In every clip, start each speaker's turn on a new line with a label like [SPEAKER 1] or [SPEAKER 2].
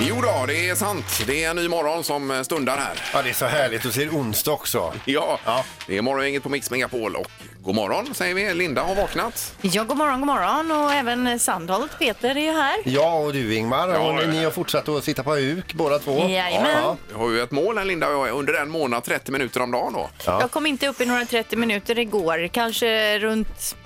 [SPEAKER 1] Jo då, det är sant. Det är en ny morgon som eh, stundar här.
[SPEAKER 2] Ja, det är så härligt. Och så är det onsdag också.
[SPEAKER 1] Ja,
[SPEAKER 2] Ja.
[SPEAKER 1] det är morgongänget på Mix Megapol och god morgon säger vi. Linda har vaknat.
[SPEAKER 3] Ja, god morgon, god morgon och även Sandholt Peter är ju här.
[SPEAKER 2] Ja, och du Ingmar.
[SPEAKER 1] Ja,
[SPEAKER 2] och
[SPEAKER 1] ja,
[SPEAKER 2] ni,
[SPEAKER 1] ja.
[SPEAKER 2] ni har fortsatt att sitta på huk båda två.
[SPEAKER 3] Jajamän.
[SPEAKER 1] Vi har ju ett mål här Linda och jag under en månad 30 minuter om dagen då.
[SPEAKER 2] Ja.
[SPEAKER 3] Jag kom inte upp i några 30 minuter igår, kanske runt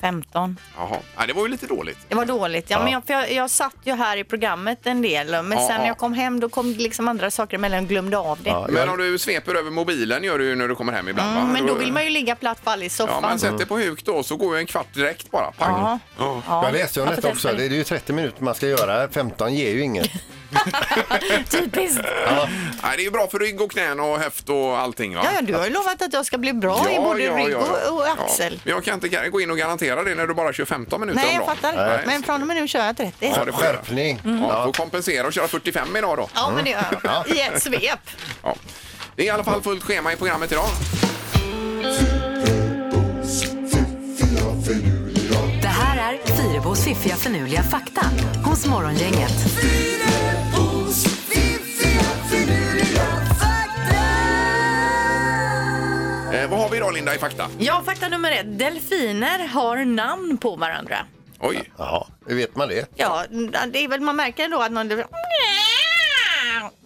[SPEAKER 3] 15.
[SPEAKER 1] Jaha, ja, det var ju lite dåligt.
[SPEAKER 3] Det var dåligt. Ja, Men jag, för jag, jag satt ju här i programmet en del, men
[SPEAKER 1] Ja,
[SPEAKER 3] sen
[SPEAKER 1] ja.
[SPEAKER 3] när jag kom hem då kom det liksom andra saker emellan och glömde av det.
[SPEAKER 2] Ja,
[SPEAKER 1] Men om du sveper över mobilen gör du ju när du kommer hem ibland
[SPEAKER 3] Mm,
[SPEAKER 1] va?
[SPEAKER 3] men då vill man ju ligga platt på all i
[SPEAKER 1] Ja,
[SPEAKER 3] soffan.
[SPEAKER 1] man sätter på huk då så går ju en kvart direkt bara. Pang.
[SPEAKER 3] Ja.
[SPEAKER 1] Ja.
[SPEAKER 3] Ja,
[SPEAKER 2] Jag läste om
[SPEAKER 3] jag
[SPEAKER 2] detta
[SPEAKER 3] får
[SPEAKER 2] också.
[SPEAKER 3] testa
[SPEAKER 2] Det är ju 30 minuter man ska göra. 15 ger ju inget.
[SPEAKER 3] Typiskt!
[SPEAKER 1] Nej, det är ju bra för rygg och knän och höft och allting va?
[SPEAKER 3] Ja, ja, du har ju lovat att jag ska bli bra i både rygg och, och axel.
[SPEAKER 1] Ja. Men Jag kan inte gar- gå in och garantera det när du bara kör 15 minuter
[SPEAKER 3] Nej,
[SPEAKER 1] om
[SPEAKER 3] jag
[SPEAKER 1] dagen.
[SPEAKER 3] fattar.
[SPEAKER 1] Nej.
[SPEAKER 3] Men från och med nu kör jag 30.
[SPEAKER 1] Ja, det får jag göra.
[SPEAKER 2] Skärpning.
[SPEAKER 3] Mm.
[SPEAKER 1] Ja,
[SPEAKER 2] Ja.
[SPEAKER 1] får kompensera och köra 45 idag då.
[SPEAKER 3] Ja, men det gör jag. I ett svep.
[SPEAKER 1] Ja. Det är i alla fall fullt schema i programmet idag.
[SPEAKER 4] Det här är Fyrabos fiffiga förnuliga fakta hos Morgongänget.
[SPEAKER 1] Eh, vad har vi idag Linda i fakta?
[SPEAKER 3] Ja, fakta nummer ett. Delfiner har namn på varandra.
[SPEAKER 1] Oj,
[SPEAKER 2] Jaha, hur vet man det?
[SPEAKER 3] Ja, det är väl, man märker då att någon...
[SPEAKER 1] så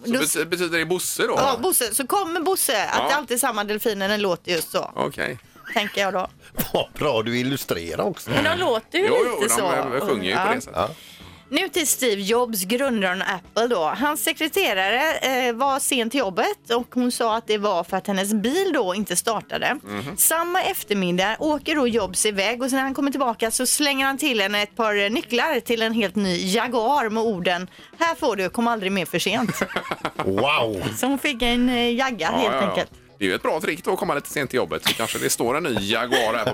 [SPEAKER 3] Då,
[SPEAKER 1] bet- betyder det Bosse då?
[SPEAKER 3] ja, Bosse, så kommer Bosse, att
[SPEAKER 1] Ja.
[SPEAKER 3] det alltid är samma delfiner, den låter just så,
[SPEAKER 1] Okej.
[SPEAKER 3] tänker jag då.
[SPEAKER 2] Vad bra du illustrerar också.
[SPEAKER 3] Men de låter ju
[SPEAKER 1] Jo, jo,
[SPEAKER 3] lite
[SPEAKER 1] de
[SPEAKER 3] så.
[SPEAKER 1] eh, sjunger ju
[SPEAKER 3] Ja.
[SPEAKER 1] på det sättet.
[SPEAKER 2] Ja.
[SPEAKER 3] Nu till Steve Jobs, grundaren av Apple då. Hans sekreterare eh, var sen till jobbet och hon sa att det var för att hennes bil då inte startade.
[SPEAKER 1] Mhm.
[SPEAKER 3] Samma eftermiddag åker då Jobs iväg och sen när han kommer tillbaka så slänger han till henne ett par eh, nycklar till en helt ny Jaguar med orden Här får du, kom aldrig mer för sent.
[SPEAKER 2] Wow!
[SPEAKER 3] så hon fick en eh, Jagga
[SPEAKER 1] Ja,
[SPEAKER 3] helt
[SPEAKER 1] ja, ja.
[SPEAKER 3] enkelt.
[SPEAKER 1] Det är ju ett bra trick då att komma lite sent till jobbet så kanske det står en ny Jaguar här på
[SPEAKER 3] Alla börjar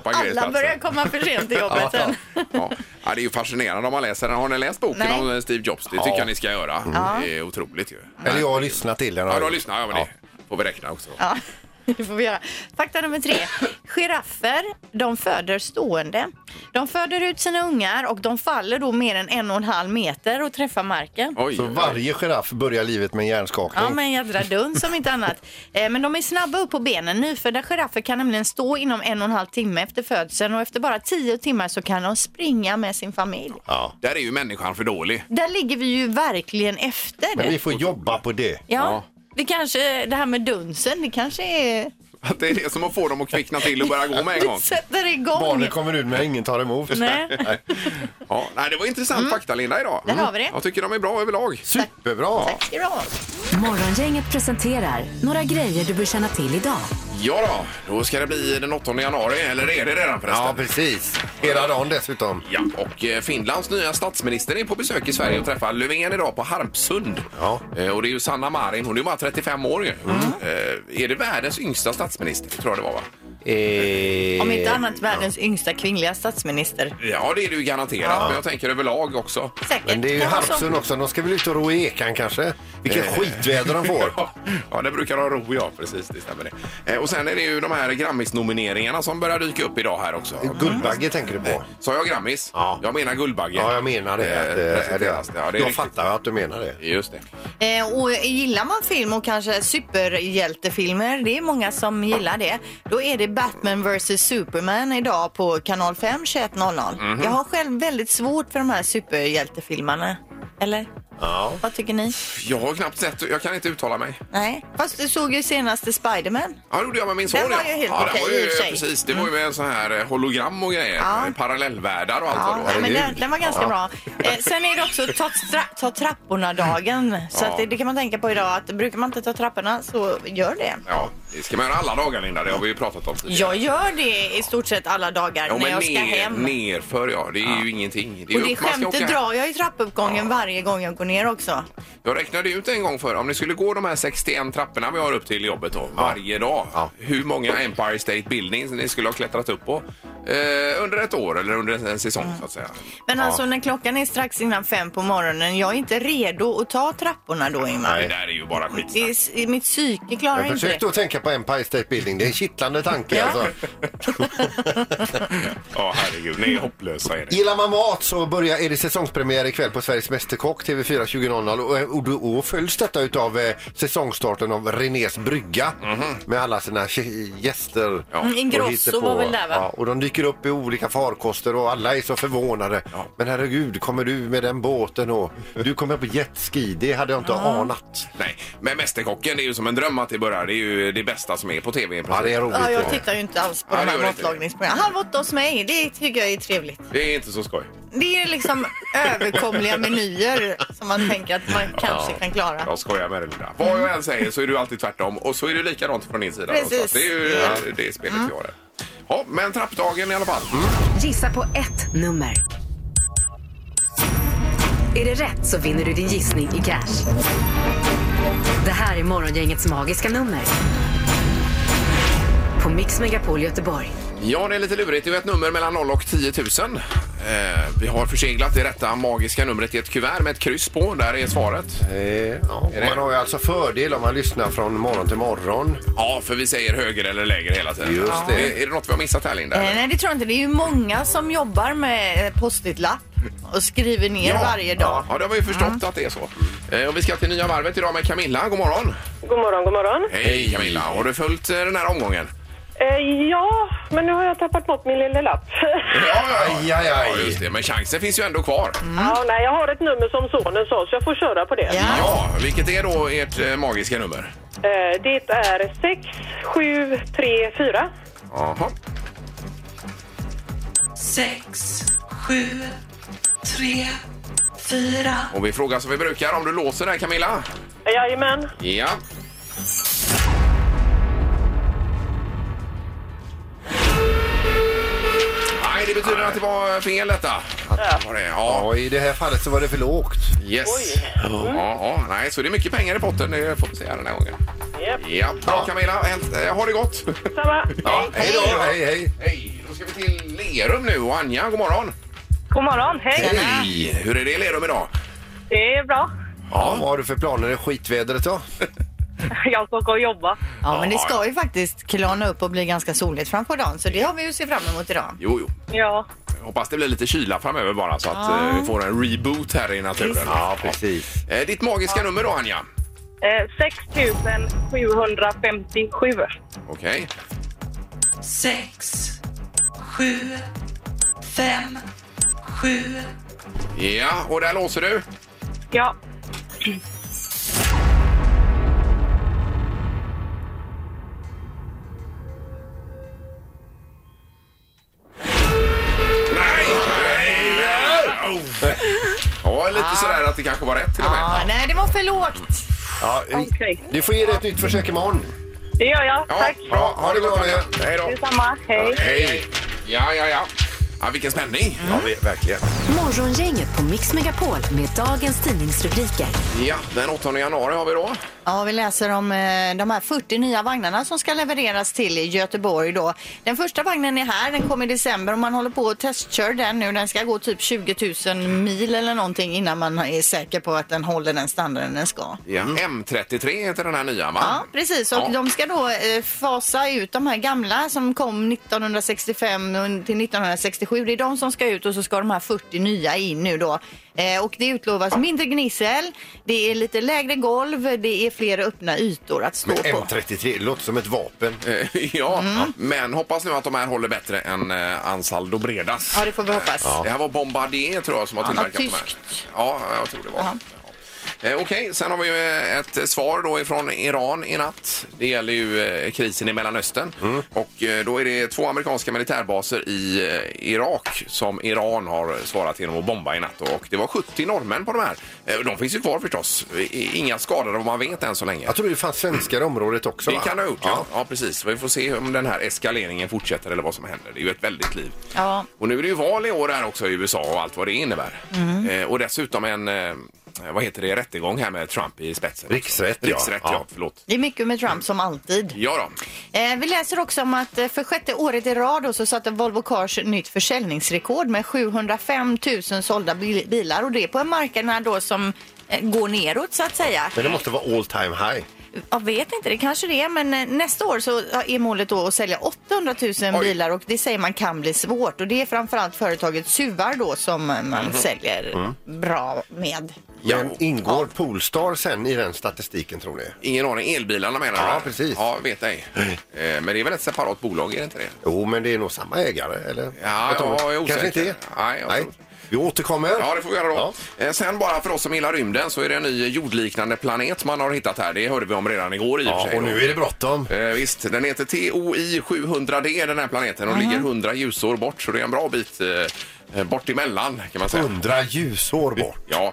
[SPEAKER 1] parkeringsplatsen.
[SPEAKER 3] komma för sent till jobbet sen.
[SPEAKER 1] alltså. Ja. ja, det är ju fascinerande om man läser den. Har ni läst boken
[SPEAKER 3] Nej. Mm.
[SPEAKER 1] om eh, Steve Jobs? Det tycker jag ni ska göra. Det är otroligt ju.
[SPEAKER 2] Eller jag har lyssnat till den.
[SPEAKER 1] Ja, då lyssnar jag. Men det får vi räkna också.
[SPEAKER 3] Ja, det får vi göra. Fakta nummer tre. Giraffer, de föder stående. De föder ut sina ungar och de faller då mer än en och en halv meter och träffar marken.
[SPEAKER 1] Oj,
[SPEAKER 2] Så varje giraff börjar livet med en hjärnskakning.
[SPEAKER 3] Ja, men en jädra duns om inte annat. Eh, Men de är snabba upp på benen. Nyfödda giraffer kan nämligen stå inom en och en halv timme efter födseln och efter bara tio timmar så kan de springa med sin familj.
[SPEAKER 2] Ja.
[SPEAKER 1] där är ju människan för dålig.
[SPEAKER 3] Där ligger vi ju verkligen efter.
[SPEAKER 2] men vi får jobba på det.
[SPEAKER 3] Ja, det kanske, det här med dunsen, det kanske är...
[SPEAKER 1] Att det är det som får dem att kvickna till och börja gå med en gång.
[SPEAKER 3] Sätter igång.
[SPEAKER 2] Barnen kommer ut men ingen tar emot.
[SPEAKER 3] Nej.
[SPEAKER 1] Ja, nej, det var intressant fakta Linda idag. Mm.
[SPEAKER 3] Där har vi det.
[SPEAKER 1] Jag tycker de är bra överlag.
[SPEAKER 2] Superbra!
[SPEAKER 3] Tack ska du ha.
[SPEAKER 4] Morgongänget presenterar några grejer du bör känna till idag.
[SPEAKER 1] Ja då, då ska det bli den 8 januari, eller är det redan
[SPEAKER 2] Ja,
[SPEAKER 1] förresten?
[SPEAKER 2] precis. Hela dagen dessutom.
[SPEAKER 1] Ja, och eh, Finlands nya statsminister är på besök i Sverige och träffar Löfven idag på Harpsund.
[SPEAKER 2] Ja.
[SPEAKER 1] Eh, Och det är ju Sanna Marin, hon är ju bara 35 år ju. Eh, Är det världens yngsta statsminister, tror jag det var va?
[SPEAKER 2] Eh,
[SPEAKER 3] Om inte annat världens yngsta kvinnliga statsminister.
[SPEAKER 1] Ja, det är det ju garanterat, men jag tänker överlag också.
[SPEAKER 3] Säkert.
[SPEAKER 2] Men det är ju
[SPEAKER 3] Kan vara
[SPEAKER 2] Harpsund också. De ska väl ut och ro i ekan kanske? Vilket
[SPEAKER 1] Eh.
[SPEAKER 2] skitväder de får.
[SPEAKER 1] Ja, ja, det brukar ha ro, ja. Precis, det stämmer det. Eh, Och sen är det ju de här Grammis-nomineringarna som börjar dyka upp idag här också.
[SPEAKER 2] Guldbagge tänker du på?
[SPEAKER 1] Sa jag Grammis?
[SPEAKER 2] Ja.
[SPEAKER 1] Jag menar Guldbagge.
[SPEAKER 2] Ja, jag menar det.
[SPEAKER 1] Eh,
[SPEAKER 2] Att, eh, är det
[SPEAKER 1] presenteras det. Ja, det är
[SPEAKER 2] jag
[SPEAKER 1] riktigt.
[SPEAKER 2] fattar att du menar det.
[SPEAKER 1] Just det.
[SPEAKER 3] som- Eh, och gillar man film och kanske superhjältefilmer, det är många som gillar det, då är det Batman vs Superman idag på kanal 5 21.00.
[SPEAKER 2] Mhm.
[SPEAKER 3] Jag har själv väldigt svårt för de här superhjältefilmerna. Eller?
[SPEAKER 2] Ja.
[SPEAKER 3] Vad tycker ni?
[SPEAKER 1] Jag har knappt sett, jag kan inte uttala mig.
[SPEAKER 3] Nej. Fast du såg ju senaste Spiderman.
[SPEAKER 1] Ja, det gjorde jag med min son.
[SPEAKER 3] Den var ju
[SPEAKER 1] ja.
[SPEAKER 3] helt
[SPEAKER 1] ja, den
[SPEAKER 3] okej
[SPEAKER 1] var
[SPEAKER 3] i och för sig. Mm.
[SPEAKER 1] Precis, det var ju med en sån här eh, hologram och grejer.
[SPEAKER 3] Ja.
[SPEAKER 1] eh, Parallellvärldar och allt
[SPEAKER 3] Ja,
[SPEAKER 1] vad det var.
[SPEAKER 3] men
[SPEAKER 2] Herregud.
[SPEAKER 3] den, den var ganska bra. Eh, sen är det också ta, stra, ta trapporna-dagen. Så
[SPEAKER 1] Ja.
[SPEAKER 3] att det, det kan man tänka på idag. Att brukar man inte ta trapporna så gör det.
[SPEAKER 1] Ja, det ska man göra alla dagar, Linda. Det har vi ju pratat om tidigare.
[SPEAKER 3] Jag gör det i stort sett alla dagar
[SPEAKER 1] Ja,
[SPEAKER 3] när
[SPEAKER 1] men
[SPEAKER 3] jag ska
[SPEAKER 1] ner,
[SPEAKER 3] hem.
[SPEAKER 1] nerför, ja. Det är ju ingenting. Det är
[SPEAKER 3] Och
[SPEAKER 1] ju upp
[SPEAKER 3] det
[SPEAKER 1] man ska
[SPEAKER 3] skämtet
[SPEAKER 1] åka-
[SPEAKER 3] drar jag i trappuppgången varje gång jag går ner också.
[SPEAKER 1] Jag räknade ut en gång för om ni skulle gå de här 61 trapporna vi har upp till jobbet då, varje dag.
[SPEAKER 2] Ja.
[SPEAKER 1] Hur många Empire State Buildings ni skulle ha klättrat upp på eh, under ett år eller under en säsong så att säga.
[SPEAKER 3] Men alltså när klockan är strax innan fem på morgonen, jag är inte redo att ta trapporna då Ingmar.
[SPEAKER 1] Det där är ju bara
[SPEAKER 3] Det
[SPEAKER 1] skitsnack.
[SPEAKER 3] är, mitt psyke klarar
[SPEAKER 2] Jag
[SPEAKER 3] inte det.
[SPEAKER 2] försökte att tänka på Empire State Building. Det är en kittlande tanke. Alltså.
[SPEAKER 1] Ja, herregud. Ni är hopplösa är ni.
[SPEAKER 2] Gillar man mat så börjar, är det säsongspremiär ikväll på Sveriges Mästerkock TV4 20.00 och, och då och följs detta utav eh, säsongstarten av Renés brygga med alla sina tje- gäster.
[SPEAKER 1] Mhm. Ja.
[SPEAKER 2] och
[SPEAKER 3] Mm, Ingrosso
[SPEAKER 2] hittar på.
[SPEAKER 3] var väl där, va?
[SPEAKER 2] Ja, och de dyker upp i olika farkoster och alla är så förvånade.
[SPEAKER 1] Ja.
[SPEAKER 2] Men herregud, kommer du med den båten och du kommer på jetski? Det hade jag inte anat.
[SPEAKER 1] Nej, men Mästerkocken det är ju som en dröm att det börjar. Det är ju det bästa som är på tv. i
[SPEAKER 2] Ja,
[SPEAKER 1] princip.
[SPEAKER 2] det är roligt. Eh,
[SPEAKER 3] Ja, jag
[SPEAKER 2] det.
[SPEAKER 3] tittar ju inte alls på
[SPEAKER 1] Ja,
[SPEAKER 3] de
[SPEAKER 1] det
[SPEAKER 3] här
[SPEAKER 1] gör det inte.
[SPEAKER 3] matlagningsprogrammen. Halv åtta hos mig, det tycker jag är trevligt.
[SPEAKER 1] Det är inte så skoj.
[SPEAKER 3] Det är liksom överkomliga menyer som man tänker att man kanske kan klara.
[SPEAKER 1] Jag skojar med dig Linda. Vad jag än säger så är du alltid tvärtom och så är det likadant från din sida. då. Så
[SPEAKER 3] Precis.
[SPEAKER 1] att Det är ju
[SPEAKER 3] Ja.
[SPEAKER 1] det är spelet vi har där. Ja, men trappdagen i alla fall.
[SPEAKER 2] Mm.
[SPEAKER 4] Gissa på ett nummer. Är det rätt så vinner du din gissning i cash. Det här är Morgongängets magiska nummer. På Mix Megapol Göteborg.
[SPEAKER 1] Ja, det är lite lurigt. Det är ett nummer mellan 0 och 10 000. Eh, vi har förseglat det rätta magiska numret i ett kuvert med ett kryss på. Där är svaret.
[SPEAKER 2] Eh, ja,
[SPEAKER 1] Är det-
[SPEAKER 2] Man har ju alltså fördel om man lyssnar från morgon till morgon.
[SPEAKER 1] Ja, för vi säger höger eller läger hela tiden.
[SPEAKER 2] Just det.
[SPEAKER 1] Är, är det något vi har missat här, Linda?
[SPEAKER 3] Eh, nej, det tror jag inte. Det är ju många som jobbar med eh, post-it-lapp och skriver ner varje dag. Mm.
[SPEAKER 1] Ja, det har vi ju förstått att det är så. Eh, och vi ska till nya varvet idag med Camilla. God morgon!
[SPEAKER 5] God morgon, god morgon.
[SPEAKER 1] Hej Camilla! Har du följt eh, den här omgången?
[SPEAKER 5] Eh, ja, men nu har jag tappat bort min lilla lapp.
[SPEAKER 2] Aj, aj, aj.
[SPEAKER 1] Ja, just det. Men chansen finns ju ändå kvar.
[SPEAKER 3] Mm.
[SPEAKER 5] Ja, nej, jag har ett nummer som sonen sa, så jag får köra på det.
[SPEAKER 3] Ja.
[SPEAKER 1] Ja, vilket är då ert eh, magiska nummer?
[SPEAKER 5] Eh, det är 6, 7, 3, 4.
[SPEAKER 1] Jaha.
[SPEAKER 6] sex, sju, tre, fyra.
[SPEAKER 1] Och vi frågar som vi brukar om du låser där Camilla.
[SPEAKER 5] Eh, Jajamän.
[SPEAKER 1] Ja. Nej, det betyder att det var fel detta. Att det var det. Ja,
[SPEAKER 2] Ja, i det här fallet så var det för lågt.
[SPEAKER 1] yes. Ja, ja, nej, så det är mycket pengar i potten. Det får vi se här den här gången.
[SPEAKER 5] Japp.
[SPEAKER 1] Ja, bra Camilla. Helt- eh, Ha det gott.
[SPEAKER 5] Samma.
[SPEAKER 1] Ja, hej då.
[SPEAKER 2] Hej, hej.
[SPEAKER 1] Hej, då ska vi till Lerum nu och Anja, god morgon.
[SPEAKER 5] God morgon, hej.
[SPEAKER 1] Hej! Hur är det i Lerum idag?
[SPEAKER 5] Det är bra.
[SPEAKER 2] Ja, vad har du för planer i skitvädret då?
[SPEAKER 5] Jag ska gå och jobba.
[SPEAKER 3] Ja, men det ska ju faktiskt klarna upp och bli ganska soligt fram på dagen. Så det har vi ju se fram emot idag.
[SPEAKER 1] Jo, jo.
[SPEAKER 5] Ja.
[SPEAKER 1] Hoppas det blir lite kyla framöver bara så att eh, vi får en reboot här i naturen. Ja,
[SPEAKER 2] precis.
[SPEAKER 1] Eh, ditt magiska nummer då, Anja?
[SPEAKER 5] Eh, 6 757.
[SPEAKER 1] Okej.
[SPEAKER 6] Sex, sju, fem, sju.
[SPEAKER 1] Ja, och där låser du?
[SPEAKER 5] Ja.
[SPEAKER 1] Nej! Nej! Ja, lite sådär att det kanske var rätt till och med.
[SPEAKER 3] Ja, nej, det var för lågt.
[SPEAKER 2] Ja,
[SPEAKER 5] Okej.
[SPEAKER 2] Du får ge dig ett nytt försök imorgon.
[SPEAKER 5] Det gör jag.
[SPEAKER 1] Ja,
[SPEAKER 5] Tack.
[SPEAKER 1] bra. Ha det bra.
[SPEAKER 2] Anja.
[SPEAKER 1] Hej då.
[SPEAKER 5] Detsamma. Hej.
[SPEAKER 1] Hej. Ja, ja, ja. ja vilken spänning. Ja, vi- verkligen.
[SPEAKER 4] Morgongänget på Mix Megapol med dagens tidningsrubriker.
[SPEAKER 1] Ja, den 8 januari har vi då.
[SPEAKER 3] Ja, vi läser om eh, de här 40 nya vagnarna som ska levereras till i Göteborg då. Den första vagnen är här, den kom i december och man håller på att testkör den nu. Den ska gå typ 20 000 mil eller någonting innan man är säker på att den håller den standarden den ska.
[SPEAKER 1] Ja. M33 heter den här nya, va?
[SPEAKER 3] Ja, precis. Och
[SPEAKER 1] Ja.
[SPEAKER 3] de ska då eh, fasa ut de här gamla som kom 1965 till 1967. Det är de som ska ut och så ska de här 40 nya in nu då. Eh, och det utlovas mindre gnissel, det är lite lägre golv, det är fler öppna ytor att stå
[SPEAKER 2] Men
[SPEAKER 3] på.
[SPEAKER 2] M33 låter som ett vapen.
[SPEAKER 1] Eh, ja, men hoppas nu att de här håller bättre än eh, Ansaldo Bredas.
[SPEAKER 3] Ja, det får vi hoppas.
[SPEAKER 1] Det här var Bombardier tror jag som har
[SPEAKER 3] Ja,
[SPEAKER 1] tillverkat de
[SPEAKER 3] något
[SPEAKER 1] här.
[SPEAKER 3] tyskt.
[SPEAKER 1] Ja, jag tror det var.
[SPEAKER 3] Ja.
[SPEAKER 1] Ja. Eh, Okej, sen har vi ju eh, ett svar då ifrån Iran i natt. Det gäller ju eh, krisen i Mellanöstern.
[SPEAKER 3] Mm.
[SPEAKER 1] Och eh, då är det två amerikanska militärbaser i eh, Irak som Iran har svarat genom att bomba i natt. då. Och det var 70 norrmän på de här. Eh, De finns ju kvar förstås. I- i- Inga skadade vad man vet än så länge.
[SPEAKER 2] Jag tror det fanns svenskar i området också.
[SPEAKER 1] Det
[SPEAKER 2] va?
[SPEAKER 1] kan det ha gjort, ja. ja. precis. Vi får se om den här eskaleringen fortsätter eller vad som händer. Det är ju ett väldigt liv.
[SPEAKER 3] Ja.
[SPEAKER 2] Mm.
[SPEAKER 1] Och nu är det ju val i år här också i USA och allt vad det innebär. Eh, och dessutom en, eh, eh, vad heter det, rättegång här med Trump i spetsen.
[SPEAKER 2] Riksrätt, ja.
[SPEAKER 1] Riksrätt, ja.
[SPEAKER 2] Ja.
[SPEAKER 1] Förlåt.
[SPEAKER 3] Det är mycket med Trump som alltid.
[SPEAKER 1] Ja då.
[SPEAKER 3] Eh, vi läser också om att eh, för sjätte året i rad då så satte Volvo Cars nytt försäljningsrekord med 705 000 sålda bil- bilar och det på en marknad då som eh, går neråt så att säga.
[SPEAKER 2] Men det måste vara all time high.
[SPEAKER 3] Jag vet inte, det kanske det är, men eh, nästa år så är målet då att sälja 800 000
[SPEAKER 1] Oj.
[SPEAKER 3] bilar och det säger man kan bli svårt och det är framförallt företaget Suvar då som eh,
[SPEAKER 2] Mhm.
[SPEAKER 3] man säljer
[SPEAKER 2] Mm.
[SPEAKER 3] bra med.
[SPEAKER 1] Ja.
[SPEAKER 2] Men ingår Polestar sen i den statistiken tror ni?
[SPEAKER 1] Ingen aning. Elbilarna menar
[SPEAKER 2] Ja,
[SPEAKER 1] du?
[SPEAKER 2] precis.
[SPEAKER 1] Ja, vet ej. Eh, Men det är väl ett separat bolag, är det inte det?
[SPEAKER 2] Jo, men det är nog samma ägare, eller?
[SPEAKER 1] Ja,
[SPEAKER 2] tror-
[SPEAKER 1] jag är
[SPEAKER 2] Kanske
[SPEAKER 1] osäker.
[SPEAKER 2] inte är.
[SPEAKER 1] Nej, jag tror-
[SPEAKER 2] Vi återkommer.
[SPEAKER 1] Ja, det får vi göra då.
[SPEAKER 2] Ja.
[SPEAKER 1] Eh, Sen bara för oss som gillar rymden så är det en ny jordliknande planet man har hittat här. Det hörde vi om redan igår i och för
[SPEAKER 2] Ja,
[SPEAKER 1] sig.
[SPEAKER 2] och
[SPEAKER 1] då.
[SPEAKER 2] nu är det bråttom.
[SPEAKER 1] Eh, visst, den heter TOI 700D den här planeten och
[SPEAKER 2] Mm.
[SPEAKER 1] ligger 100 ljusår bort så det är en bra bit eh, bort emellan kan man säga.
[SPEAKER 2] Hundra ljusår bort.
[SPEAKER 1] Ja,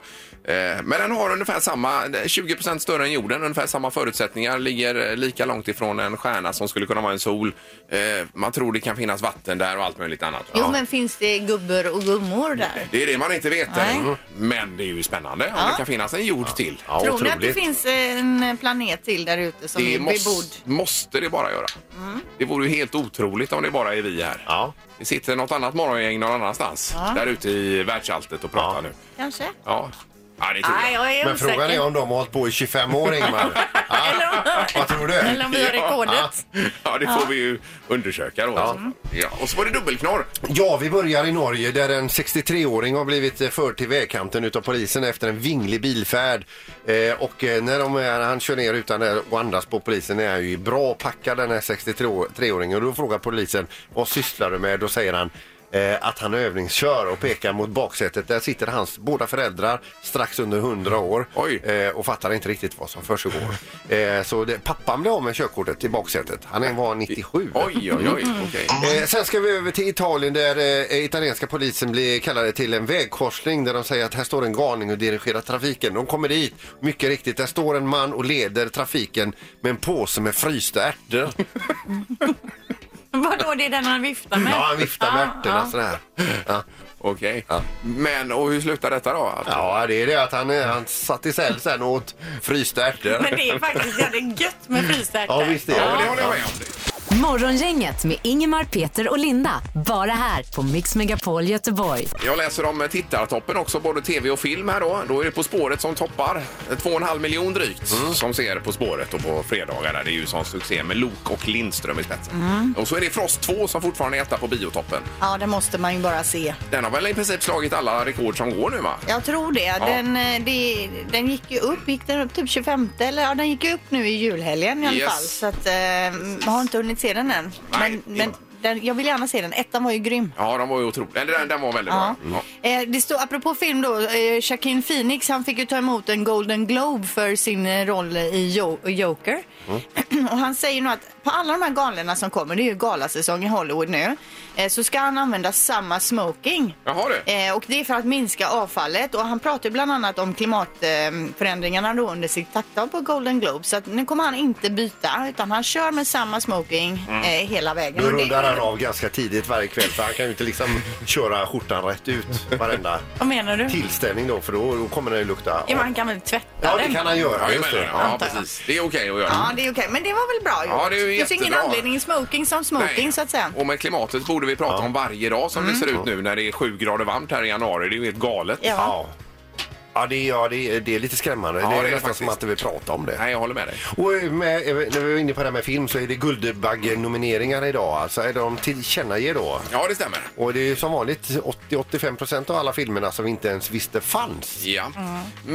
[SPEAKER 1] eh, men den har ungefär samma, 20 större än jorden, ungefär samma förutsättningar, ligger eh, lika långt ifrån en stjärna som skulle kunna vara en sol. Eh, man tror det kan finnas vatten där och allt möjligt annat.
[SPEAKER 3] Jo, men finns det gubbor och gummor där?
[SPEAKER 1] Det är det man inte vet
[SPEAKER 3] Nej.
[SPEAKER 1] än. Men det är ju spännande om
[SPEAKER 3] Ja.
[SPEAKER 1] det kan finnas en jord till.
[SPEAKER 2] Ja,
[SPEAKER 3] Tror ni att det
[SPEAKER 2] otroligt.
[SPEAKER 3] finns eh, en planet till där ute som
[SPEAKER 1] Det
[SPEAKER 3] är bebodd?
[SPEAKER 1] måste, måste det bara göra.
[SPEAKER 3] Mm.
[SPEAKER 1] Det vore ju helt otroligt om det bara är vi här.
[SPEAKER 2] Ja.
[SPEAKER 1] Det sitter något annat morgongäng någon annanstans där ute i världsalltet och pratar
[SPEAKER 2] Ja.
[SPEAKER 1] nu.
[SPEAKER 3] Kanske?
[SPEAKER 1] Ja. ja, det tror
[SPEAKER 3] Nej,
[SPEAKER 1] jag.
[SPEAKER 3] jag är
[SPEAKER 2] Men frågan är om de har hållit på i 25 år, Ingmar. Ja, Vad tror du?
[SPEAKER 3] Eller om vi har rekordet.
[SPEAKER 1] Ja, det får vi ju undersöka då. Ja. Och så var det dubbelknorr.
[SPEAKER 2] Ja, vi börjar i Norge där en 63-åring har blivit eh, förd till vägkanten utav polisen efter en vinglig bilfärd. Eh, och eh, när de, eh, han kör ner utan det och andas på polisen är han ju bra packad den här 63-åringen. Och då frågar polisen vad sysslar du med? Då säger han eh, att han övningskör och pekar mot baksätet. Där sitter hans båda föräldrar strax under 100 år
[SPEAKER 1] Oj.
[SPEAKER 2] Eh, och fattar inte riktigt vad som försiggår. Eh, så det, pappan blev av med körkortet i baksätet. Han var 97.
[SPEAKER 1] Oj, oj, oj. Okej.
[SPEAKER 2] Eh, sen ska vi över till Italien där eh, italienska polisen blir kallade till en vägkorsning där de säger att här står en galning och dirigerar trafiken. De kommer dit, mycket riktigt, där står en man och leder trafiken med en påse med frysta ärtor.
[SPEAKER 3] Vadå, det är den han viftar med?
[SPEAKER 2] Ja, han viftar med ärtorna sådär. Ja.
[SPEAKER 1] Okej.
[SPEAKER 2] Ja.
[SPEAKER 1] Men och hur slutar detta då?
[SPEAKER 2] ja, det är det att han, eh, han satt i cell sen och åt frysta ärtor.
[SPEAKER 3] Men det är faktiskt jävligt gött med frysärtor.
[SPEAKER 2] Ja, visst är
[SPEAKER 1] Ja, det
[SPEAKER 2] det.
[SPEAKER 1] håller jag med om.
[SPEAKER 4] Morgongänget med Ingemar, Peter och Linda. Bara här på Mix Megapol Göteborg.
[SPEAKER 1] Jag läser om tittartoppen också, både tv och film här då. Då är det På spåret som toppar. 2,5 miljon drygt som ser På spåret och på fredagarna. Det är ju sån succé med Lok och Lindström i spetsen. Och så är det Frost 2 som fortfarande är etta på biotoppen.
[SPEAKER 3] Ja, det måste man ju bara se.
[SPEAKER 1] Den har väl i princip slagit alla rekord som går nu va?
[SPEAKER 3] Jag tror det. Den, eh, det, den gick ju upp. Gick den upp typ 25? Eller ja, den gick ju upp nu i julhelgen i alla
[SPEAKER 1] Yes.
[SPEAKER 3] fall. Så att, eh, jag har inte hunnit se den än.
[SPEAKER 1] Nej,
[SPEAKER 3] men
[SPEAKER 1] det är
[SPEAKER 3] men den, jag vill gärna se den. Ettan var ju grym.
[SPEAKER 1] Ja, de var ju otroliga. Eller den, den var väldigt
[SPEAKER 3] Ja.
[SPEAKER 1] bra. Ja.
[SPEAKER 3] Eh, det står, apropå film då, eh, Shaquin Phoenix han fick ju ta emot en Golden Globe för sin eh, roll i jo- Joker.
[SPEAKER 1] Mm.
[SPEAKER 3] och han säger nu att på alla de här galorna som kommer, det är ju galasäsong i Hollywood nu, eh, så ska han använda samma smoking.
[SPEAKER 1] Jaha du.
[SPEAKER 3] Eh, och det är för att minska avfallet och han pratar ju bland annat om klimatförändringarna då under sitt tacktal på Golden Globe. Så att nu kommer han inte byta utan han kör med samma smoking eh, hela vägen.
[SPEAKER 2] Då
[SPEAKER 3] Och det-
[SPEAKER 2] rundar han av ganska tidigt varje kväll för han kan ju inte liksom köra skjortan rätt ut varenda
[SPEAKER 3] Vad menar du?
[SPEAKER 2] tillställning då för då, då kommer den ju lukta.
[SPEAKER 3] Ja, men han kan väl tvätta
[SPEAKER 2] Ja, det
[SPEAKER 3] den?
[SPEAKER 2] kan han göra.
[SPEAKER 1] Ja,
[SPEAKER 2] Just det.
[SPEAKER 1] ja,
[SPEAKER 3] antar jag.
[SPEAKER 1] precis. Det är okej att göra.
[SPEAKER 3] Ja, det är okej. Men det var väl bra gjort?
[SPEAKER 1] Ja, det är ju
[SPEAKER 3] finns ingen
[SPEAKER 1] jättebra.
[SPEAKER 3] anledning i smoking som smoking
[SPEAKER 1] Nej.
[SPEAKER 3] så att säga.
[SPEAKER 1] Och med klimatet borde vi prata om varje dag som det ser ut nu när det är sju grader varmt här i januari. Det är ju helt galet.
[SPEAKER 3] Ja.
[SPEAKER 2] Ja. Ja, det, är- ja det, är- det är lite skrämmande.
[SPEAKER 1] Ja,
[SPEAKER 2] det är,
[SPEAKER 1] det är
[SPEAKER 2] nästan
[SPEAKER 1] faktiskt.
[SPEAKER 2] som att vi pratar om det.
[SPEAKER 1] Nej, jag håller med dig.
[SPEAKER 2] Och eh, med, när vi var inne på det här med film så är det Guldbagge-nomineringar idag. Alltså är de tillkännager då.
[SPEAKER 1] Ja, det stämmer.
[SPEAKER 2] Och det är ju som vanligt 80-85 procent av alla filmerna som vi inte ens visste fanns.
[SPEAKER 1] Ja.
[SPEAKER 3] Mm.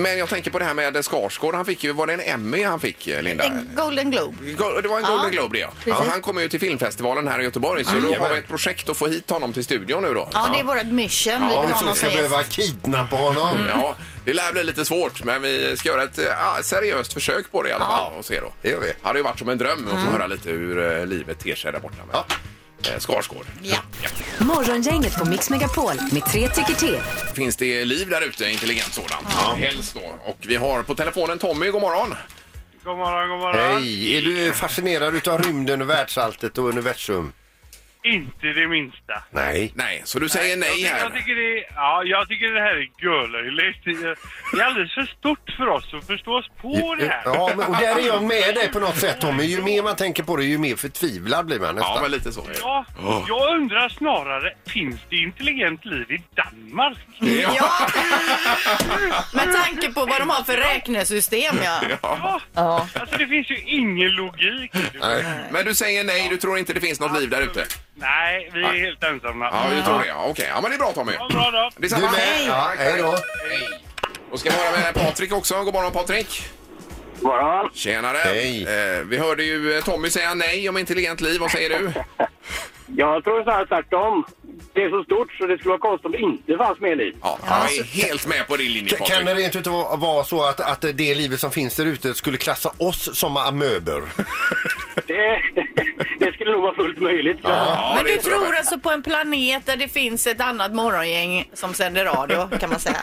[SPEAKER 1] Men jag tänker på det här med Skarsgård. Han fick ju, var det en Emmy han fick, eh, Linda?
[SPEAKER 3] En Golden Globe.
[SPEAKER 1] Go- Det var en
[SPEAKER 3] Ja.
[SPEAKER 1] Golden Globe det, ja.
[SPEAKER 3] Precis.
[SPEAKER 1] Han kommer ju till filmfestivalen här i Göteborg så då har vi ett projekt att få hit honom till studion nu då.
[SPEAKER 3] Ja, det är vårt mission. vi
[SPEAKER 2] Om
[SPEAKER 3] vill
[SPEAKER 2] vi
[SPEAKER 3] ha
[SPEAKER 2] så
[SPEAKER 3] någon
[SPEAKER 2] ska
[SPEAKER 3] som gäst.
[SPEAKER 2] behöva kidnappa honom.
[SPEAKER 1] Ja, det lär bli lite svårt men vi ska göra ett eh, seriöst försök på det i alla fall och se då.
[SPEAKER 2] det gör vi.
[SPEAKER 1] hade ju varit som en dröm att få höra lite hur eh, livet ter sig där borta med
[SPEAKER 2] Ja.
[SPEAKER 1] eh, Skarsgård.
[SPEAKER 3] Ja.
[SPEAKER 4] Morgongänget på Mix Megapol med tre tycker till.
[SPEAKER 1] Finns det liv där ute, intelligent sådant? Helst då. Och vi har på telefonen Tommy, god morgon.
[SPEAKER 7] God morgon, god morgon.
[SPEAKER 2] Hej! Är du fascinerad utav rymden och världsalltet och universum?
[SPEAKER 7] Inte det minsta.
[SPEAKER 2] Nej.
[SPEAKER 1] Nej, så du säger nej
[SPEAKER 7] jag,
[SPEAKER 1] här.
[SPEAKER 7] jag tycker det, ja, jag tycker det här är görlöjligt. Det det är alldeles för stort för oss att förstås på det här.
[SPEAKER 2] Ja, men, och där är jag med dig på något sätt Tommy. Ju mer man tänker på det ju mer förtvivlad blir man nästan.
[SPEAKER 1] Ja, men lite så.
[SPEAKER 7] Ja, jag undrar snarare, finns det intelligent liv i Danmark?
[SPEAKER 3] Ja. Med tanke på vad de har för räknesystem, ja.
[SPEAKER 7] Ja,
[SPEAKER 3] Ja.
[SPEAKER 7] alltså det finns ju ingen logik i det.
[SPEAKER 2] Nej.
[SPEAKER 1] Men du säger nej, du tror inte det finns något liv där ute?
[SPEAKER 7] Nej, vi är helt ensamma.
[SPEAKER 1] Ja, du tror det. ja. Okej, ja, men det är bra Tommy.
[SPEAKER 7] Ha en bra dag.
[SPEAKER 2] Du
[SPEAKER 1] Detsamma.
[SPEAKER 2] med? Ja, hej då.
[SPEAKER 1] Då ska vi höra med Patrik också. God morgon Patrik!
[SPEAKER 7] morgon.
[SPEAKER 1] Tjenare!
[SPEAKER 2] Hej.
[SPEAKER 1] Eh, vi hörde ju eh, Tommy säga nej om intelligent liv. Vad säger du?
[SPEAKER 7] Jag tror så här tvärtom. Det är så stort så det skulle vara konstigt om det inte fanns mer liv.
[SPEAKER 1] Ja, jag är helt med på din linje
[SPEAKER 2] Kan- Kan det
[SPEAKER 1] Patrik.
[SPEAKER 2] rent utav vara vara så att, att det livet som finns där ute skulle klassa oss som amöber?
[SPEAKER 7] Det, det skulle nog vara fullt möjligt.
[SPEAKER 1] Ja,
[SPEAKER 3] Men
[SPEAKER 1] det
[SPEAKER 3] du
[SPEAKER 1] jag
[SPEAKER 3] tror
[SPEAKER 1] med.
[SPEAKER 3] alltså på en planet där det finns ett annat morgongäng som sänder radio, kan man säga?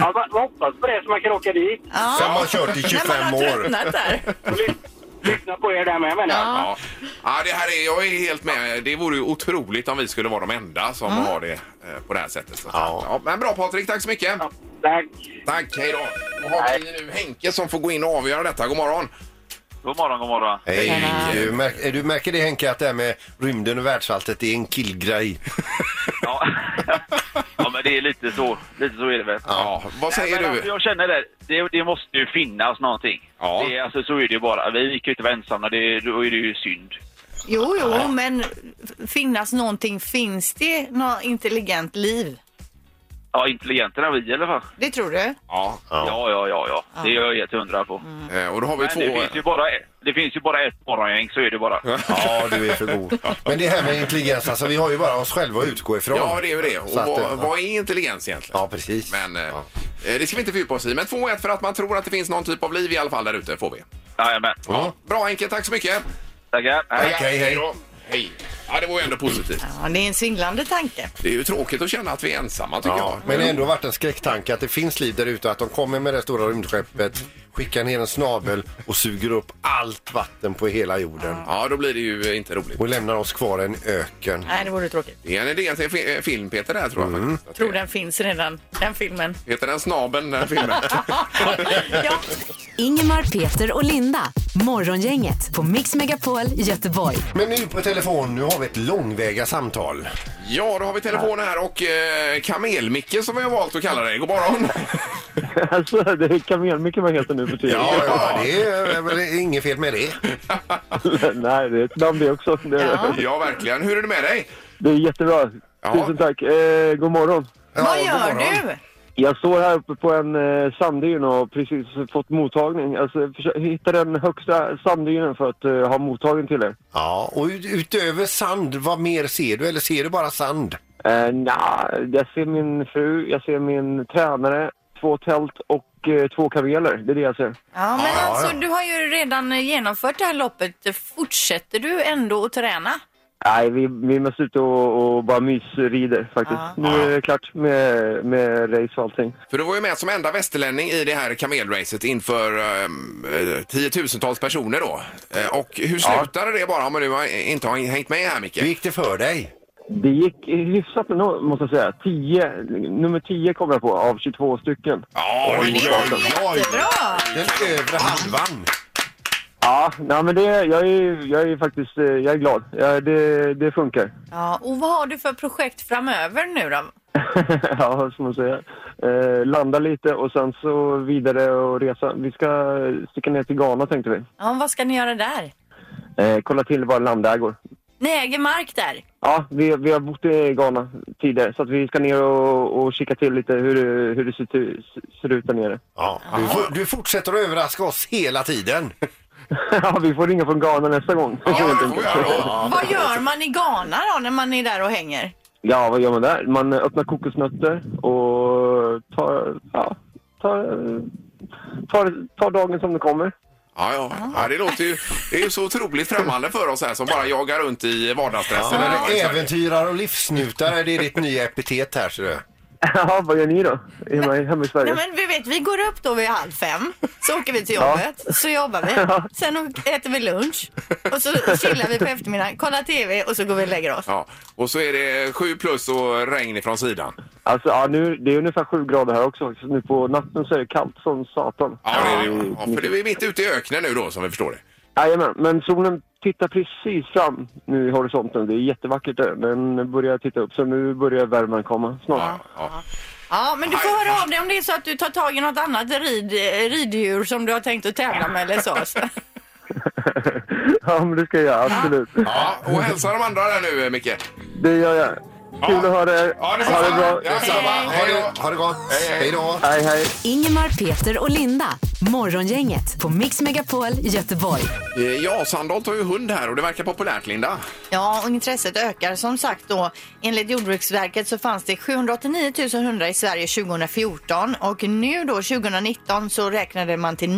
[SPEAKER 7] Ja, man, man hoppas på det så man kan åka dit
[SPEAKER 3] Ja.
[SPEAKER 2] Som har kört i
[SPEAKER 3] När man
[SPEAKER 2] 25
[SPEAKER 1] alltså,
[SPEAKER 3] har
[SPEAKER 2] år.
[SPEAKER 3] tröttnat där.
[SPEAKER 7] och ly- lyssna på er där med menar jag.
[SPEAKER 1] Ja. ja, det här är, jag är helt med. Det vore ju otroligt om vi skulle vara de enda som
[SPEAKER 3] Mm.
[SPEAKER 1] har det eh, på det här sättet. Så.
[SPEAKER 2] Ja.
[SPEAKER 1] Ja, men bra Patrik, tack så mycket.
[SPEAKER 7] Tack.
[SPEAKER 1] Tack, hej då. Då har vi nu Henke som får gå in och avgöra detta. God morgon.
[SPEAKER 7] God morgon, god morgon.
[SPEAKER 2] Hej. Du, märker, du märker det Henke att det här med rymden och världsalltet är en killgrej.
[SPEAKER 7] Ja. ja, men det är lite så. Lite så är det väl.
[SPEAKER 1] Ja, vad
[SPEAKER 7] Nej,
[SPEAKER 1] säger
[SPEAKER 7] men alltså,
[SPEAKER 1] du?
[SPEAKER 7] jag känner det, det, det måste ju finnas någonting.
[SPEAKER 1] Ja.
[SPEAKER 7] Det, är- alltså, så är det ju bara. Vi kan ju inte vara ensamma, det, då är det ju synd.
[SPEAKER 3] Jo, jo, men finnas någonting, finns det något intelligent liv?
[SPEAKER 7] Ja, intelligentare än vi i alla fall.
[SPEAKER 3] Det tror du?
[SPEAKER 1] Ja,
[SPEAKER 7] Ja, ja, ja, ja. Det är jag helt hundra på.
[SPEAKER 1] eh, och då har vi
[SPEAKER 7] Men det
[SPEAKER 1] två...
[SPEAKER 7] finns ju bara, ett- det finns ju bara ett morgongäng, så är det bara.
[SPEAKER 2] Ja, du är för god. Men det här med intelligens, alltså vi har ju bara oss själva att utgå ifrån.
[SPEAKER 1] Ja, det är ju det. Och
[SPEAKER 2] Så att,
[SPEAKER 1] vad,
[SPEAKER 2] ja.
[SPEAKER 1] vad är intelligens egentligen?
[SPEAKER 2] Ja, precis.
[SPEAKER 1] Men eh,
[SPEAKER 2] Ja.
[SPEAKER 1] eh, det ska vi inte fördjupa oss i. Men 2-1 för att man tror att det finns någon typ av liv i alla fall där ute får vi.
[SPEAKER 7] Jajamän.
[SPEAKER 2] Ja.
[SPEAKER 1] Bra Henke, tack så mycket.
[SPEAKER 7] Tackar. Hej.
[SPEAKER 2] Okej, hej.
[SPEAKER 1] då. Hej. Ja, det var ju ändå positivt.
[SPEAKER 3] Ja, det är en svindlande tanke.
[SPEAKER 1] Det är ju tråkigt att känna att vi är ensamma tycker
[SPEAKER 2] Ja,
[SPEAKER 1] jag.
[SPEAKER 2] men det har ändå varit en skräcktanke att det finns liv där ute och att de kommer med det stora rymdskeppet, skickar ner en snabel och suger upp allt vatten på hela jorden
[SPEAKER 1] Ja, då blir det ju eh, inte roligt.
[SPEAKER 2] och lämnar oss kvar i en öken.
[SPEAKER 3] Nej, det vore tråkigt.
[SPEAKER 1] Det är en idé till fi- eh, film, Peter, det här tror jag
[SPEAKER 2] Mm.
[SPEAKER 1] faktiskt. Att
[SPEAKER 3] Tror
[SPEAKER 1] det-
[SPEAKER 3] den finns redan, den filmen.
[SPEAKER 1] Heter den Snabeln, den här filmen?
[SPEAKER 3] Ja.
[SPEAKER 4] Ingemar, Peter och Linda. Morgongänget på Mix Megapol Göteborg.
[SPEAKER 2] Men nu på telefon, nu har vi ett långväga samtal.
[SPEAKER 1] ja, då har vi telefonen här och eh, Kamel-Micke som vi har valt att kalla dig. God morgon!
[SPEAKER 7] Alltså, det är kamelmycket man heter nu för tiden.
[SPEAKER 2] Ja, ja, det är väl inget fel med det.
[SPEAKER 7] Nej, det är ett namn det också. Det är,
[SPEAKER 3] Ja.
[SPEAKER 1] ja, verkligen. Hur är det med dig?
[SPEAKER 7] det är jättebra.
[SPEAKER 1] Ja.
[SPEAKER 7] Tusen tack. Eh, god morgon.
[SPEAKER 2] Ja,
[SPEAKER 3] Vad
[SPEAKER 2] god
[SPEAKER 3] gör
[SPEAKER 2] morgon.
[SPEAKER 3] du?
[SPEAKER 7] Jag står här uppe på en eh, sanddyne och har precis fått mottagning. Alltså, jag försöker hitta den högsta sanddynen för att eh, ha mottagning till er.
[SPEAKER 2] Ja, och ut- utöver sand, vad mer ser du? Eller ser du bara sand?
[SPEAKER 7] Eh, nah, jag ser min fru, jag ser min tränare, två tält och eh, två kameler. Det är det jag ser.
[SPEAKER 3] Ja, men
[SPEAKER 2] Ja,
[SPEAKER 3] alltså,
[SPEAKER 2] ja.
[SPEAKER 3] du har ju redan genomfört det här loppet. Fortsätter du ändå att träna?
[SPEAKER 7] Nej, vi, vi är mest ute och, och bara mysrider faktiskt.
[SPEAKER 3] Ja.
[SPEAKER 7] Nu är det klart med, med race och allting.
[SPEAKER 1] För du var ju med som enda västerlänning i det här kamelracet inför ehm, eh, tiotusentals personer då. Eh, och hur slutade det bara om du har- inte har hängt med här
[SPEAKER 2] Hur
[SPEAKER 1] Micke?
[SPEAKER 2] gick det för dig?
[SPEAKER 7] Det gick hyfsat ändå, måste jag säga. 10, nummer 10 kom jag på av 22 stycken.
[SPEAKER 1] Ja, det
[SPEAKER 3] Det var jättebra!
[SPEAKER 2] Den övre halvan.
[SPEAKER 7] Ja, nej, men det, jag, är, jag är faktiskt eh, jag är glad. Ja, det, det funkar.
[SPEAKER 3] Ja, och vad har du för projekt framöver nu då?
[SPEAKER 7] ja, som man säger. Eh, landa lite och sen så vidare och resa. Vi ska eh, sticka ner till Ghana tänkte vi.
[SPEAKER 3] Ja, vad ska ni göra där?
[SPEAKER 7] Eh, kolla till var Landa går.
[SPEAKER 3] Ni äger mark där?
[SPEAKER 7] Ja, vi, vi har bott i Ghana tidigare så att vi ska ner och, och kika till lite hur, det- hur det ser, tu- ser ut där nere.
[SPEAKER 2] Ja, du, får- du fortsätter att överraska oss hela tiden.
[SPEAKER 7] ja, vi får ringa från Ghana nästa gång.
[SPEAKER 1] Ja, det får vi göra då.
[SPEAKER 3] Vad gör man i Ghana då när man är där och hänger?
[SPEAKER 7] Ja, vad gör man där? Man öppnar kokosnötter och tar, ja, tar, tar, tar dagen som den kommer.
[SPEAKER 1] Ja, ja. ja, det låter ju... Det är ju så otroligt främmande för oss här som bara jagar runt i vardagsdressen.
[SPEAKER 2] Ja,
[SPEAKER 1] eller vad
[SPEAKER 2] men
[SPEAKER 1] det är.
[SPEAKER 2] äventyrare och livsnjutare, det är ditt nya epitet här ser du.
[SPEAKER 7] Ja, vad gör ni då? Hemma, hemma i Sverige?
[SPEAKER 3] Nej, men vi vet, vi går upp då vid halv fem, så åker vi till jobbet, så jobbar vi, sen åk- äter vi lunch och så chillar vi på eftermiddagen, kollar TV och så går vi och lägger oss.
[SPEAKER 1] Ja. Och så är det sju plus och regn ifrån sidan.
[SPEAKER 7] Alltså, ja, nu, det är ungefär sju grader här också faktiskt. Nu på natten så är det kallt som satan.
[SPEAKER 1] Ja, det är det. ju. Ja, för det är mitt ute i öknen nu då som vi förstår det.
[SPEAKER 7] Jajamän, men solen tittar precis fram nu i horisonten. Det är jättevackert där. Den börjar titta upp, så nu börjar värmen komma snart.
[SPEAKER 1] Ja, ja.
[SPEAKER 3] Ja, men du får höra av dig om det är så att du tar tag i något annat rid, riddjur som du har tänkt att tävla med eller så. så.
[SPEAKER 7] ja, men det ska jag göra, absolut.
[SPEAKER 1] ja och hälsa de andra där nu eh, Micke.
[SPEAKER 7] Det gör jag. Kul att höra er.
[SPEAKER 1] Ja, detsamma.
[SPEAKER 7] ha det bra.
[SPEAKER 1] Ja, detsamma.
[SPEAKER 2] Ha
[SPEAKER 1] Hej då.
[SPEAKER 2] det, ha det gott. Hej då.
[SPEAKER 7] Hej, hej.
[SPEAKER 4] Ingemar, Peter och Linda. Morgongänget på Mix Megapol Göteborg.
[SPEAKER 1] Eh, Ja, Sandholt har ju hund här och det verkar populärt Linda.
[SPEAKER 3] Ja, och intresset ökar som sagt då. Enligt Jordbruksverket så fanns det 789 000 hundar i Sverige 2014 och nu då 2019 så räknade man till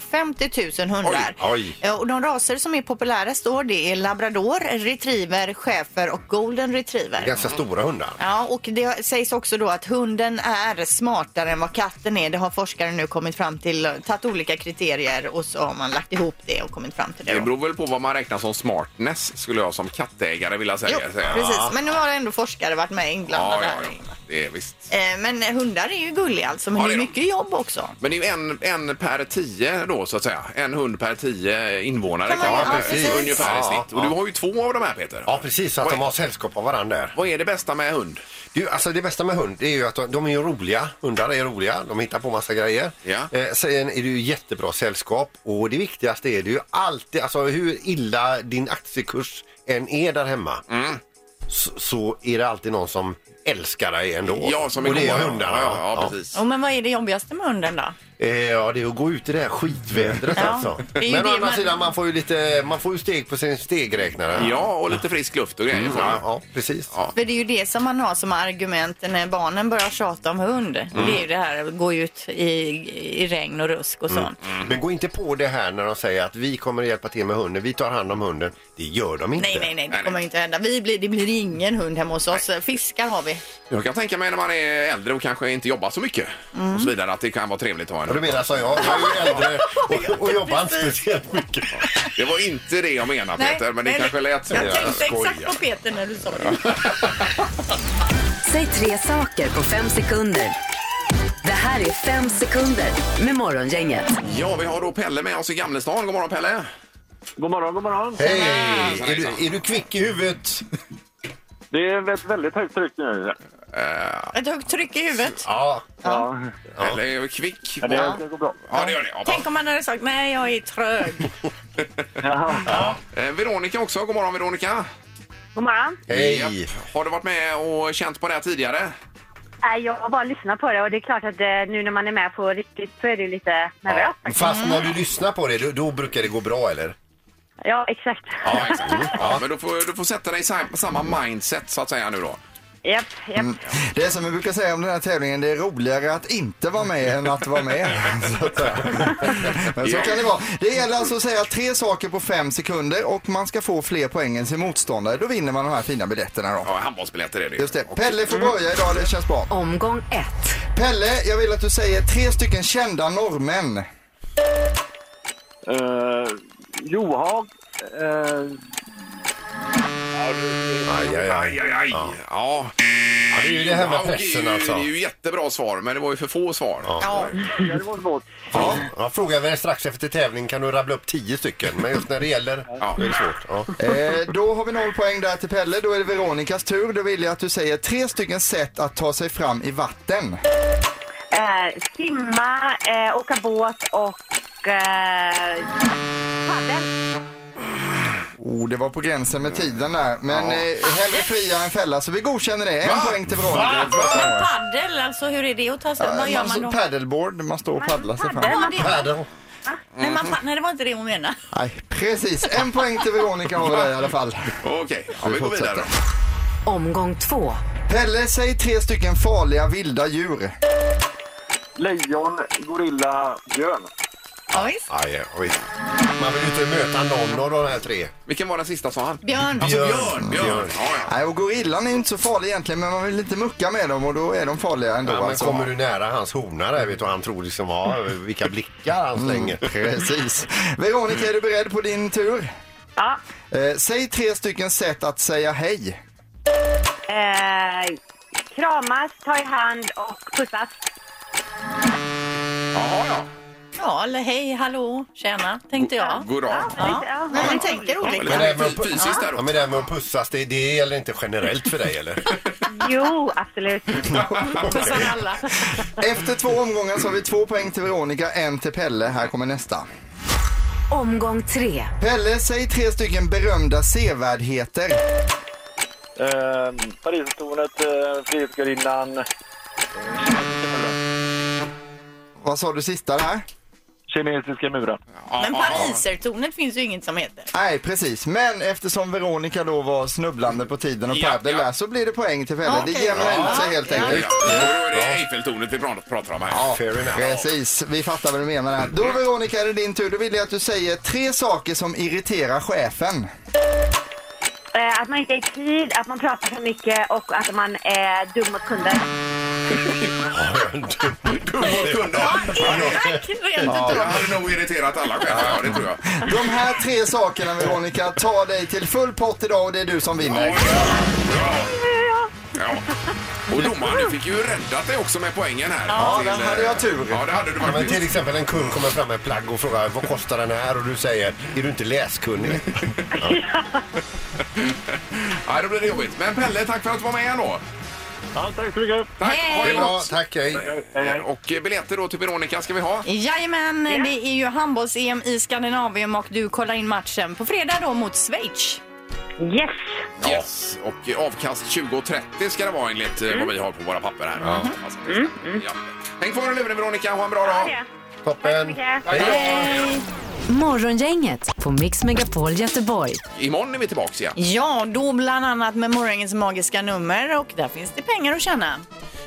[SPEAKER 3] 950 000 hundar.
[SPEAKER 2] Oj,
[SPEAKER 3] Eh, Och de raser som är populärast då det är labrador, retriever, schäfer och golden retriever.
[SPEAKER 2] ganska stora hundar.
[SPEAKER 3] Ja, och det sägs också då att hunden är smartare än vad katten är. Det har forskare nu kommit fram till, tagit olika kriterier och så har man lagt ihop det och kommit fram till det.
[SPEAKER 1] Det
[SPEAKER 3] då.
[SPEAKER 1] beror väl på vad man räknar som smartness skulle jag som kattägare vilja
[SPEAKER 3] Jo,
[SPEAKER 1] säga. säga.
[SPEAKER 3] precis. Men nu har ändå forskare varit med
[SPEAKER 1] Ja,
[SPEAKER 3] inblandade.
[SPEAKER 1] ja,
[SPEAKER 3] här.
[SPEAKER 1] ja. Det är visst.
[SPEAKER 3] Eh, Men hundar är ju gulliga alltså, men
[SPEAKER 1] Ja,
[SPEAKER 3] det är
[SPEAKER 1] det är de.
[SPEAKER 3] mycket jobb också.
[SPEAKER 1] Men det är ju en, en per tio då så att säga. En hund per tio invånare
[SPEAKER 3] Kan man
[SPEAKER 1] man
[SPEAKER 3] göra, ja,
[SPEAKER 1] säga.
[SPEAKER 3] precis.
[SPEAKER 1] ungefär i snitt. Och du har ju två av de här Peter.
[SPEAKER 2] Ja, precis. Så att de har sällskap av varandra där.
[SPEAKER 1] Vad är det bästa med hund?
[SPEAKER 2] Du, alltså det bästa med hund det är ju att de, de är ju roliga. Hundar är roliga. De hittar på massa grejer.
[SPEAKER 1] Ja.
[SPEAKER 2] Eh, sen är det ju jättebra sällskap och det viktigaste är det ju alltid, alltså hur illa din aktiekurs än är där hemma
[SPEAKER 1] Mm.
[SPEAKER 2] så, så är det alltid någon som älskar dig ändå. och det är
[SPEAKER 1] igår.
[SPEAKER 2] hundarna.
[SPEAKER 1] Ja, ja, ja, precis.
[SPEAKER 3] Oh, men vad är det jobbigaste med hunden då?
[SPEAKER 2] Eh, ja, det är att gå ut i det här skitvädret
[SPEAKER 3] Ja,
[SPEAKER 2] alltså.
[SPEAKER 3] det är ju
[SPEAKER 2] Men å
[SPEAKER 3] det
[SPEAKER 2] andra
[SPEAKER 3] man-
[SPEAKER 2] sidan, man får ju lite, man får ju steg på sin stegräknare.
[SPEAKER 1] Ja, och lite frisk luft och grejer.
[SPEAKER 2] Mm,
[SPEAKER 1] får man.
[SPEAKER 2] ja, ja precis.
[SPEAKER 1] Ja.
[SPEAKER 3] För det är ju det som man har som argument när barnen börjar tjata om hund.
[SPEAKER 1] Mm.
[SPEAKER 3] Det är ju det här, gå ut i, i regn och rusk
[SPEAKER 1] Mm.
[SPEAKER 3] och sånt.
[SPEAKER 2] Mm. Men gå inte på det här när de säger att vi kommer att hjälpa till med hunden, vi tar hand om hunden. Det gör de inte.
[SPEAKER 3] Nej, nej, nej,
[SPEAKER 1] nej.
[SPEAKER 3] det kommer ju inte hända. Vi blir, det blir ingen hund hemma hos oss. Fiskar har vi.
[SPEAKER 1] Jag kan tänka mig när man är äldre och kanske inte jobbar så mycket och så vidare att det kan vara trevligt att ha en
[SPEAKER 2] Och du
[SPEAKER 1] hund.
[SPEAKER 2] menar som jag, jag är ju äldre och, och jobbar inte speciellt mycket.
[SPEAKER 1] Det var inte det jag menade Peter, men det
[SPEAKER 3] nej,
[SPEAKER 1] kanske lät så.
[SPEAKER 3] Jag tänkte
[SPEAKER 2] skojar.
[SPEAKER 3] exakt på Peter när du sa det.
[SPEAKER 4] Säg tre saker på fem sekunder. Det här är fem sekunder med Morgongänget.
[SPEAKER 1] Ja, vi har då Pelle med oss i Gamlestan. God morgon Pelle!
[SPEAKER 7] God morgon, god morgon.
[SPEAKER 2] Hej! Är du, är du kvick i huvudet?
[SPEAKER 7] Det är ett väldigt högt tryck nu.
[SPEAKER 3] Ett högt tryck i huvudet.
[SPEAKER 2] Ja.
[SPEAKER 7] Ja,
[SPEAKER 1] Pelle är ju kvick. Ja,
[SPEAKER 7] det, det går bra.
[SPEAKER 1] det gör det. Ja,
[SPEAKER 3] Tänk om man hade sagt nej, jag är trög.
[SPEAKER 1] bra. Eh, Veronica också. God morgon Veronica!
[SPEAKER 5] God morgon.
[SPEAKER 2] Hej!
[SPEAKER 1] Har du varit med och känt på det här tidigare?
[SPEAKER 5] Äh, Jag har bara lyssnat på det och det är klart att eh, nu när man är med på riktigt så är det ju lite nervöst. Ja,
[SPEAKER 2] Fast när du lyssnar på det, då, då brukar det gå bra eller?
[SPEAKER 5] exakt.
[SPEAKER 1] Ja, exakt. Ja, men du får, du får sätta dig i sam- samma mindset så att säga nu då.
[SPEAKER 5] Japp, japp.
[SPEAKER 1] Mm.
[SPEAKER 8] Det är som vi brukar säga om den här tävlingen, det är roligare att inte vara med än att vara med. Så, att säga. Men så kan det vara. Det gäller alltså att säga tre saker på fem sekunder och man ska få fler poäng än sin motståndare. Då vinner man de här fina biljetterna då.
[SPEAKER 1] Ja, handbollsbiljetter är det ju.
[SPEAKER 8] Just det. Pelle får börja idag, det känns bra.
[SPEAKER 4] Omgång ett.
[SPEAKER 8] Pelle, jag vill att du säger tre stycken kända norrmän.
[SPEAKER 7] Eh, Johag. eh,
[SPEAKER 2] Aj, aj,
[SPEAKER 1] Aj, aj, aj. Ja. ja.
[SPEAKER 2] Det är ju det här med
[SPEAKER 1] det är ju-
[SPEAKER 2] pressen alltså.
[SPEAKER 1] Det är ju jättebra svar, men det var ju för få svar.
[SPEAKER 3] Ja.
[SPEAKER 7] ja, det var svårt.
[SPEAKER 2] Ja, jag frågar väl strax efter tävling kan du rabbla upp tio stycken, men just när det gäller, ja, det är svårt. Ja.
[SPEAKER 8] Eh, då har vi noll poäng där till Pelle. Då är det Veronikas tur. Då vill jag att du säger tre stycken sätt att ta sig fram i vatten.
[SPEAKER 5] Eh, simma, eh, åka båt och eh, paddel.
[SPEAKER 8] Oh, det var på gränsen med tiden där. Men eh, hellre fria än fälla, så vi godkänner det. En poäng till Veronica.
[SPEAKER 3] Men paddel, alltså hur är det att ta sig? vad gör man då?
[SPEAKER 8] Man alltså paddleboard, man står och paddlar sig fram.
[SPEAKER 5] Paddel.
[SPEAKER 3] Ja, det-
[SPEAKER 2] Paddle.
[SPEAKER 3] Men
[SPEAKER 8] Mhm.
[SPEAKER 3] man, nej, det var inte det hon menade.
[SPEAKER 8] Nej, precis. En poäng till Veronica har vi där i alla fall.
[SPEAKER 1] Okej, ja, vi
[SPEAKER 8] Vi
[SPEAKER 1] går vidare.
[SPEAKER 8] fortsätter.
[SPEAKER 1] då.
[SPEAKER 4] Omgång två.
[SPEAKER 8] Pelle, säg tre stycken farliga vilda djur.
[SPEAKER 7] Lejon, gorilla, björn.
[SPEAKER 3] Ja, visst.
[SPEAKER 2] Ja, ja, visst. Man vill ju inte möta någon av de här tre.
[SPEAKER 1] Vilken var den sista sa han?
[SPEAKER 3] Björn.
[SPEAKER 1] Alltså Björn, Björn. Ja,
[SPEAKER 8] Nej, och gorillan är ju inte så farlig egentligen, men man vill inte mucka med dem och då är de farliga ändå.
[SPEAKER 2] Ja, men
[SPEAKER 8] alltså.
[SPEAKER 2] kommer du nära hans hona där, vet du, han tror liksom, ja, vilka blickar han slänger.
[SPEAKER 8] precis. Veronica, är du beredd på din tur?
[SPEAKER 5] Ja.
[SPEAKER 8] Eh, säg tre stycken sätt att säga hej.
[SPEAKER 5] Eh, kramas, ta i hand och pussas.
[SPEAKER 1] Ja, ja.
[SPEAKER 3] Ja, eller hej, hallå, tjena, tänkte jag.
[SPEAKER 1] God dag.
[SPEAKER 3] Ja. Men man tänker olika.
[SPEAKER 2] Men det, här med,
[SPEAKER 1] Fy- fysiskt där
[SPEAKER 2] ja, men det här med att pussas, det, det gäller inte generellt för dig eller?
[SPEAKER 5] Jo, absolut.
[SPEAKER 3] Pussar alla.
[SPEAKER 8] Efter två omgångar så har vi två poäng till Veronica, en till Pelle. Här kommer nästa.
[SPEAKER 4] Omgång tre.
[SPEAKER 8] Pelle, säg tre stycken berömda sevärdheter.
[SPEAKER 7] Eh, Paristornet, eh, Frihetsgudinnan, eh,
[SPEAKER 8] Vad sa du sista där?
[SPEAKER 7] Kinesiska muren.
[SPEAKER 3] Men parisertornet finns ju inget som heter.
[SPEAKER 8] Nej, precis. Men eftersom Veronica då var snubblande på tiden och
[SPEAKER 1] Ja,
[SPEAKER 8] padel
[SPEAKER 1] ja.
[SPEAKER 8] där så blir det poäng till Pelle.
[SPEAKER 3] Okej.
[SPEAKER 8] Det jämnar ut sig helt
[SPEAKER 3] Ja, ja.
[SPEAKER 1] Ja,
[SPEAKER 8] enkelt.
[SPEAKER 1] ja. Då är det Eiffeltornet vi prat- pratar om här.
[SPEAKER 8] Ja,
[SPEAKER 2] Fair enough.
[SPEAKER 8] precis. Vi fattar vad du menar. Här. Då Veronica, är det din tur. Då vill jag att du säger tre saker som irriterar chefen.
[SPEAKER 5] Eh, att man inte är i tid, att man pratar för mycket och att man är dum mot kunder.
[SPEAKER 1] Dum och kunda.
[SPEAKER 3] Tack, rent
[SPEAKER 1] Det
[SPEAKER 3] utav.
[SPEAKER 1] hade nog irriterat alla chefer, ja, det tror jag.
[SPEAKER 8] De här tre sakerna Veronica tar dig till full pott idag och det är du som vinner.
[SPEAKER 1] Ja. Och domaren, du fick ju räddat dig också med poängen här.
[SPEAKER 8] Ja,
[SPEAKER 1] Till,
[SPEAKER 8] där
[SPEAKER 1] eh,
[SPEAKER 8] hade jag tur.
[SPEAKER 1] Ja, det hade du
[SPEAKER 2] Ja, men till
[SPEAKER 1] faktiskt.
[SPEAKER 2] exempel en kund kommer fram med ett plagg och frågar vad kostar den här och du säger är du inte läskunnig?
[SPEAKER 1] Ja, då blir det jobbigt. Men Pelle, tack för att du var med ändå.
[SPEAKER 7] Ja, tack så mycket.
[SPEAKER 1] Tack, ha det
[SPEAKER 2] Bra,
[SPEAKER 1] gott.
[SPEAKER 2] tack hej.
[SPEAKER 1] Eh, Och eh, biljetter då till Veronica ska vi ha.
[SPEAKER 3] Jajamän, det är ju handbolls-EM i Skandinavien och du kollar in matchen på fredag då mot Schweiz.
[SPEAKER 5] Yes!
[SPEAKER 1] Yes. Och eh, avkast 20.30 ska det vara enligt mm. vad vi har på våra papper här. Alltså, ja. Häng kvar i luren Veronica, ha en bra
[SPEAKER 5] Ha
[SPEAKER 1] dag.
[SPEAKER 5] det.
[SPEAKER 2] Toppen.
[SPEAKER 5] Tack.
[SPEAKER 3] Eh,
[SPEAKER 4] Morgongänget på Mix Megapol Göteborg.
[SPEAKER 1] Imorgon är vi tillbaks igen.
[SPEAKER 3] Ja, då bland annat med morgonens magiska nummer och där finns det pengar att tjäna.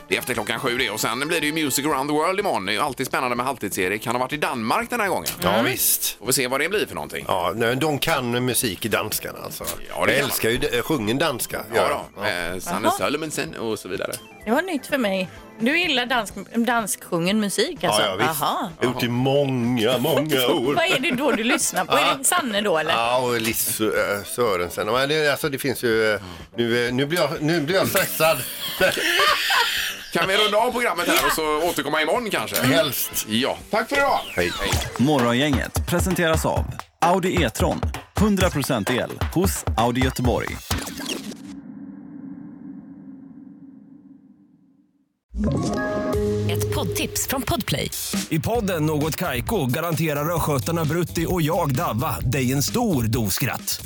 [SPEAKER 1] Det är efter klockan sju det och sen blir det ju Music around the world imorgon. Det är ju alltid spännande med halvtids-Erik. Han har varit i Danmark den här gången.
[SPEAKER 2] Ja visst.
[SPEAKER 1] Får vi se vad det blir för någonting.
[SPEAKER 2] Ja, nej, de kan musik i danskarna alltså.
[SPEAKER 1] Ja, det
[SPEAKER 2] jag
[SPEAKER 1] kan
[SPEAKER 2] älskar ju d- sjungen danska. gör
[SPEAKER 1] Ja, då.
[SPEAKER 2] jag.
[SPEAKER 1] Eh, Sanne
[SPEAKER 3] Jaha.
[SPEAKER 1] Salomonsen och så vidare.
[SPEAKER 3] Det var nytt för mig. Du gillar dansk, dansksjungen musik alltså?
[SPEAKER 2] Ja, ja, visst.
[SPEAKER 3] Aha.
[SPEAKER 2] Ut i många, många år.
[SPEAKER 3] Vad är det då du lyssnar på? Är det Sanne då eller?
[SPEAKER 2] Ja, och Liss eh, Sörensen. Men det, alltså, det finns ju... eh, Nu, eh, nu, blir, jag, nu blir jag stressad.
[SPEAKER 1] Kan vi runda av programmet här och så återkomma imorgon kanske?
[SPEAKER 2] Helst.
[SPEAKER 1] Ja, tack för idag!
[SPEAKER 2] Hej.
[SPEAKER 9] Morgongänget presenteras av Audi E-tron. 100% el hos Audi Göteborg.
[SPEAKER 4] Ett poddtips från Podplay.
[SPEAKER 10] I podden Något Kaiko garanterar östgötarna Brutti och jag, Davva, dig en stor dos skratt.